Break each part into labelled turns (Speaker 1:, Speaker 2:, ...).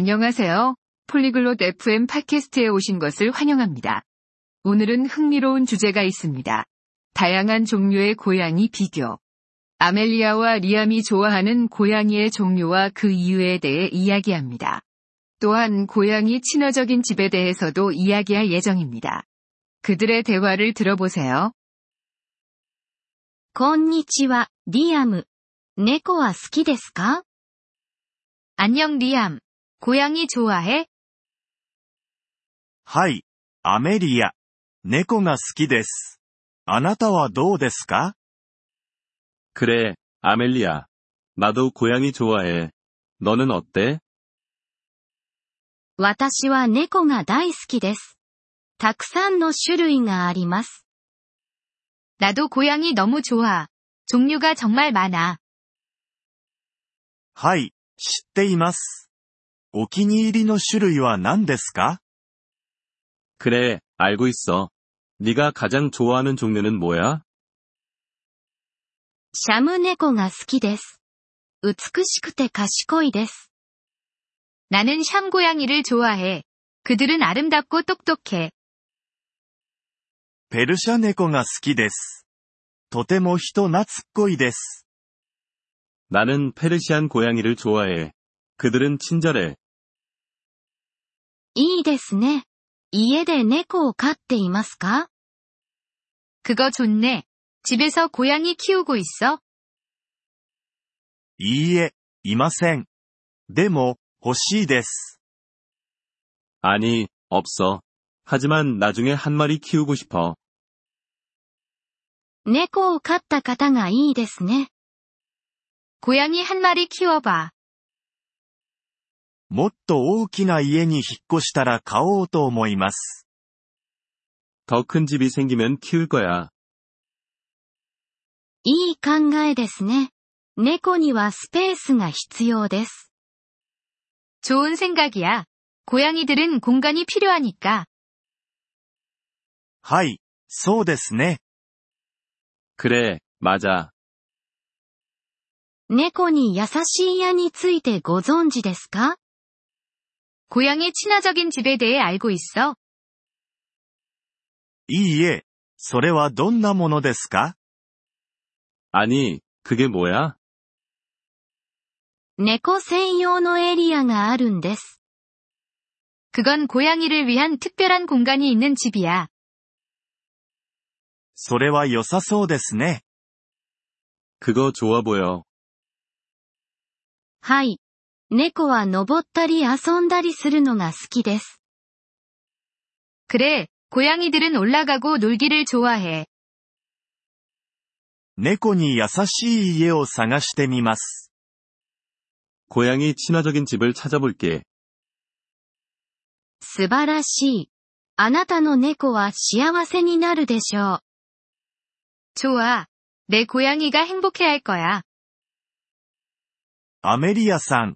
Speaker 1: 안녕하세요. 폴리글롯 FM 팟캐스트에 오신 것을 환영합니다. 오늘은 흥미로운 주제가 있습니다. 다양한 종류의 고양이 비교. 아멜리아와 리암이 좋아하는 고양이의 종류와 그 이유에 대해 이야기합니다. 또한 고양이 친화적인 집에 대해서도 이야기할 예정입니다. 그들의 대화를 들어보세요.
Speaker 2: こんにちは、リアム。猫は好きですか
Speaker 1: 안녕 리암. 고양이 좋아해?
Speaker 3: はい、アメリア。猫が好きです。あなたはどうですか
Speaker 4: 그래, 아멜리아. 나도 고양이 좋아해. 너는 어때?
Speaker 2: 私は猫が大好きです。たくさんの種類があります。
Speaker 1: 나도 고양이 너무 좋아. 종류가 정말 많아.
Speaker 3: はい、知っています。お気に入りの種類は何ですか
Speaker 4: 그래, 알고 있어. 네가 가장 좋아하는 종류는 뭐야?
Speaker 2: シャム猫が好きです。美しくて賢いです。
Speaker 1: 나는 샴 고양이를 좋아해. 그들은 아름답고 똑똑해.
Speaker 3: ペルシャ猫が好きです。とても人懐っこいです。
Speaker 4: 나는 페르시안 고양이를 좋아해. 그들은 친절해.
Speaker 2: いいですね。家で猫を飼っていますか
Speaker 1: 그거 좋네. 집에서 고양이 키우고 있어?
Speaker 3: いいえ、いません。でも、欲しいです。
Speaker 4: 아니, 없어. 하지만 나중에 한 마리 키우고 싶어.
Speaker 2: 猫を飼った方がいいですね。
Speaker 1: 고양이 한 마리 키워봐.
Speaker 3: もっと大きな家に引っ越したら買おうと思います。
Speaker 4: 더 큰 집이 생기면 키울 거야.
Speaker 2: いい考えですね。猫にはスペースが必要です。
Speaker 1: 좋은 생각이야. 고양이들은 공간이 필요하니까.
Speaker 3: はい、そうですね。
Speaker 4: 그래, 맞아.
Speaker 2: 猫に優しい家についてご存知ですか
Speaker 1: 고양이 친화적인 집에 대해 알고 있어?
Speaker 3: いいえ、それはどんなものですか
Speaker 4: 아니, 그게 뭐야?
Speaker 2: 猫専用のエリアがあるんです。
Speaker 1: 그건 고양이를 위한 특별한 공간이 있는 집이야.
Speaker 3: それは良さそうですね。
Speaker 4: 그거 좋아 보여.
Speaker 2: はい。猫は登ったり遊んだりするのが好きです。
Speaker 1: 그래, 고양이들은 올라가고 놀기를 좋아해.
Speaker 3: 猫に優しい家を探してみます。
Speaker 4: 고양이 친화적인 집을 찾아볼게.
Speaker 2: 素晴らしい。あなたの猫は幸せになるでしょう。
Speaker 1: 좋아. 내 고양이가 행복해할 거야.
Speaker 3: アメリアさん、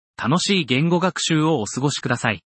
Speaker 5: 楽しい言語学習をお過ごしください。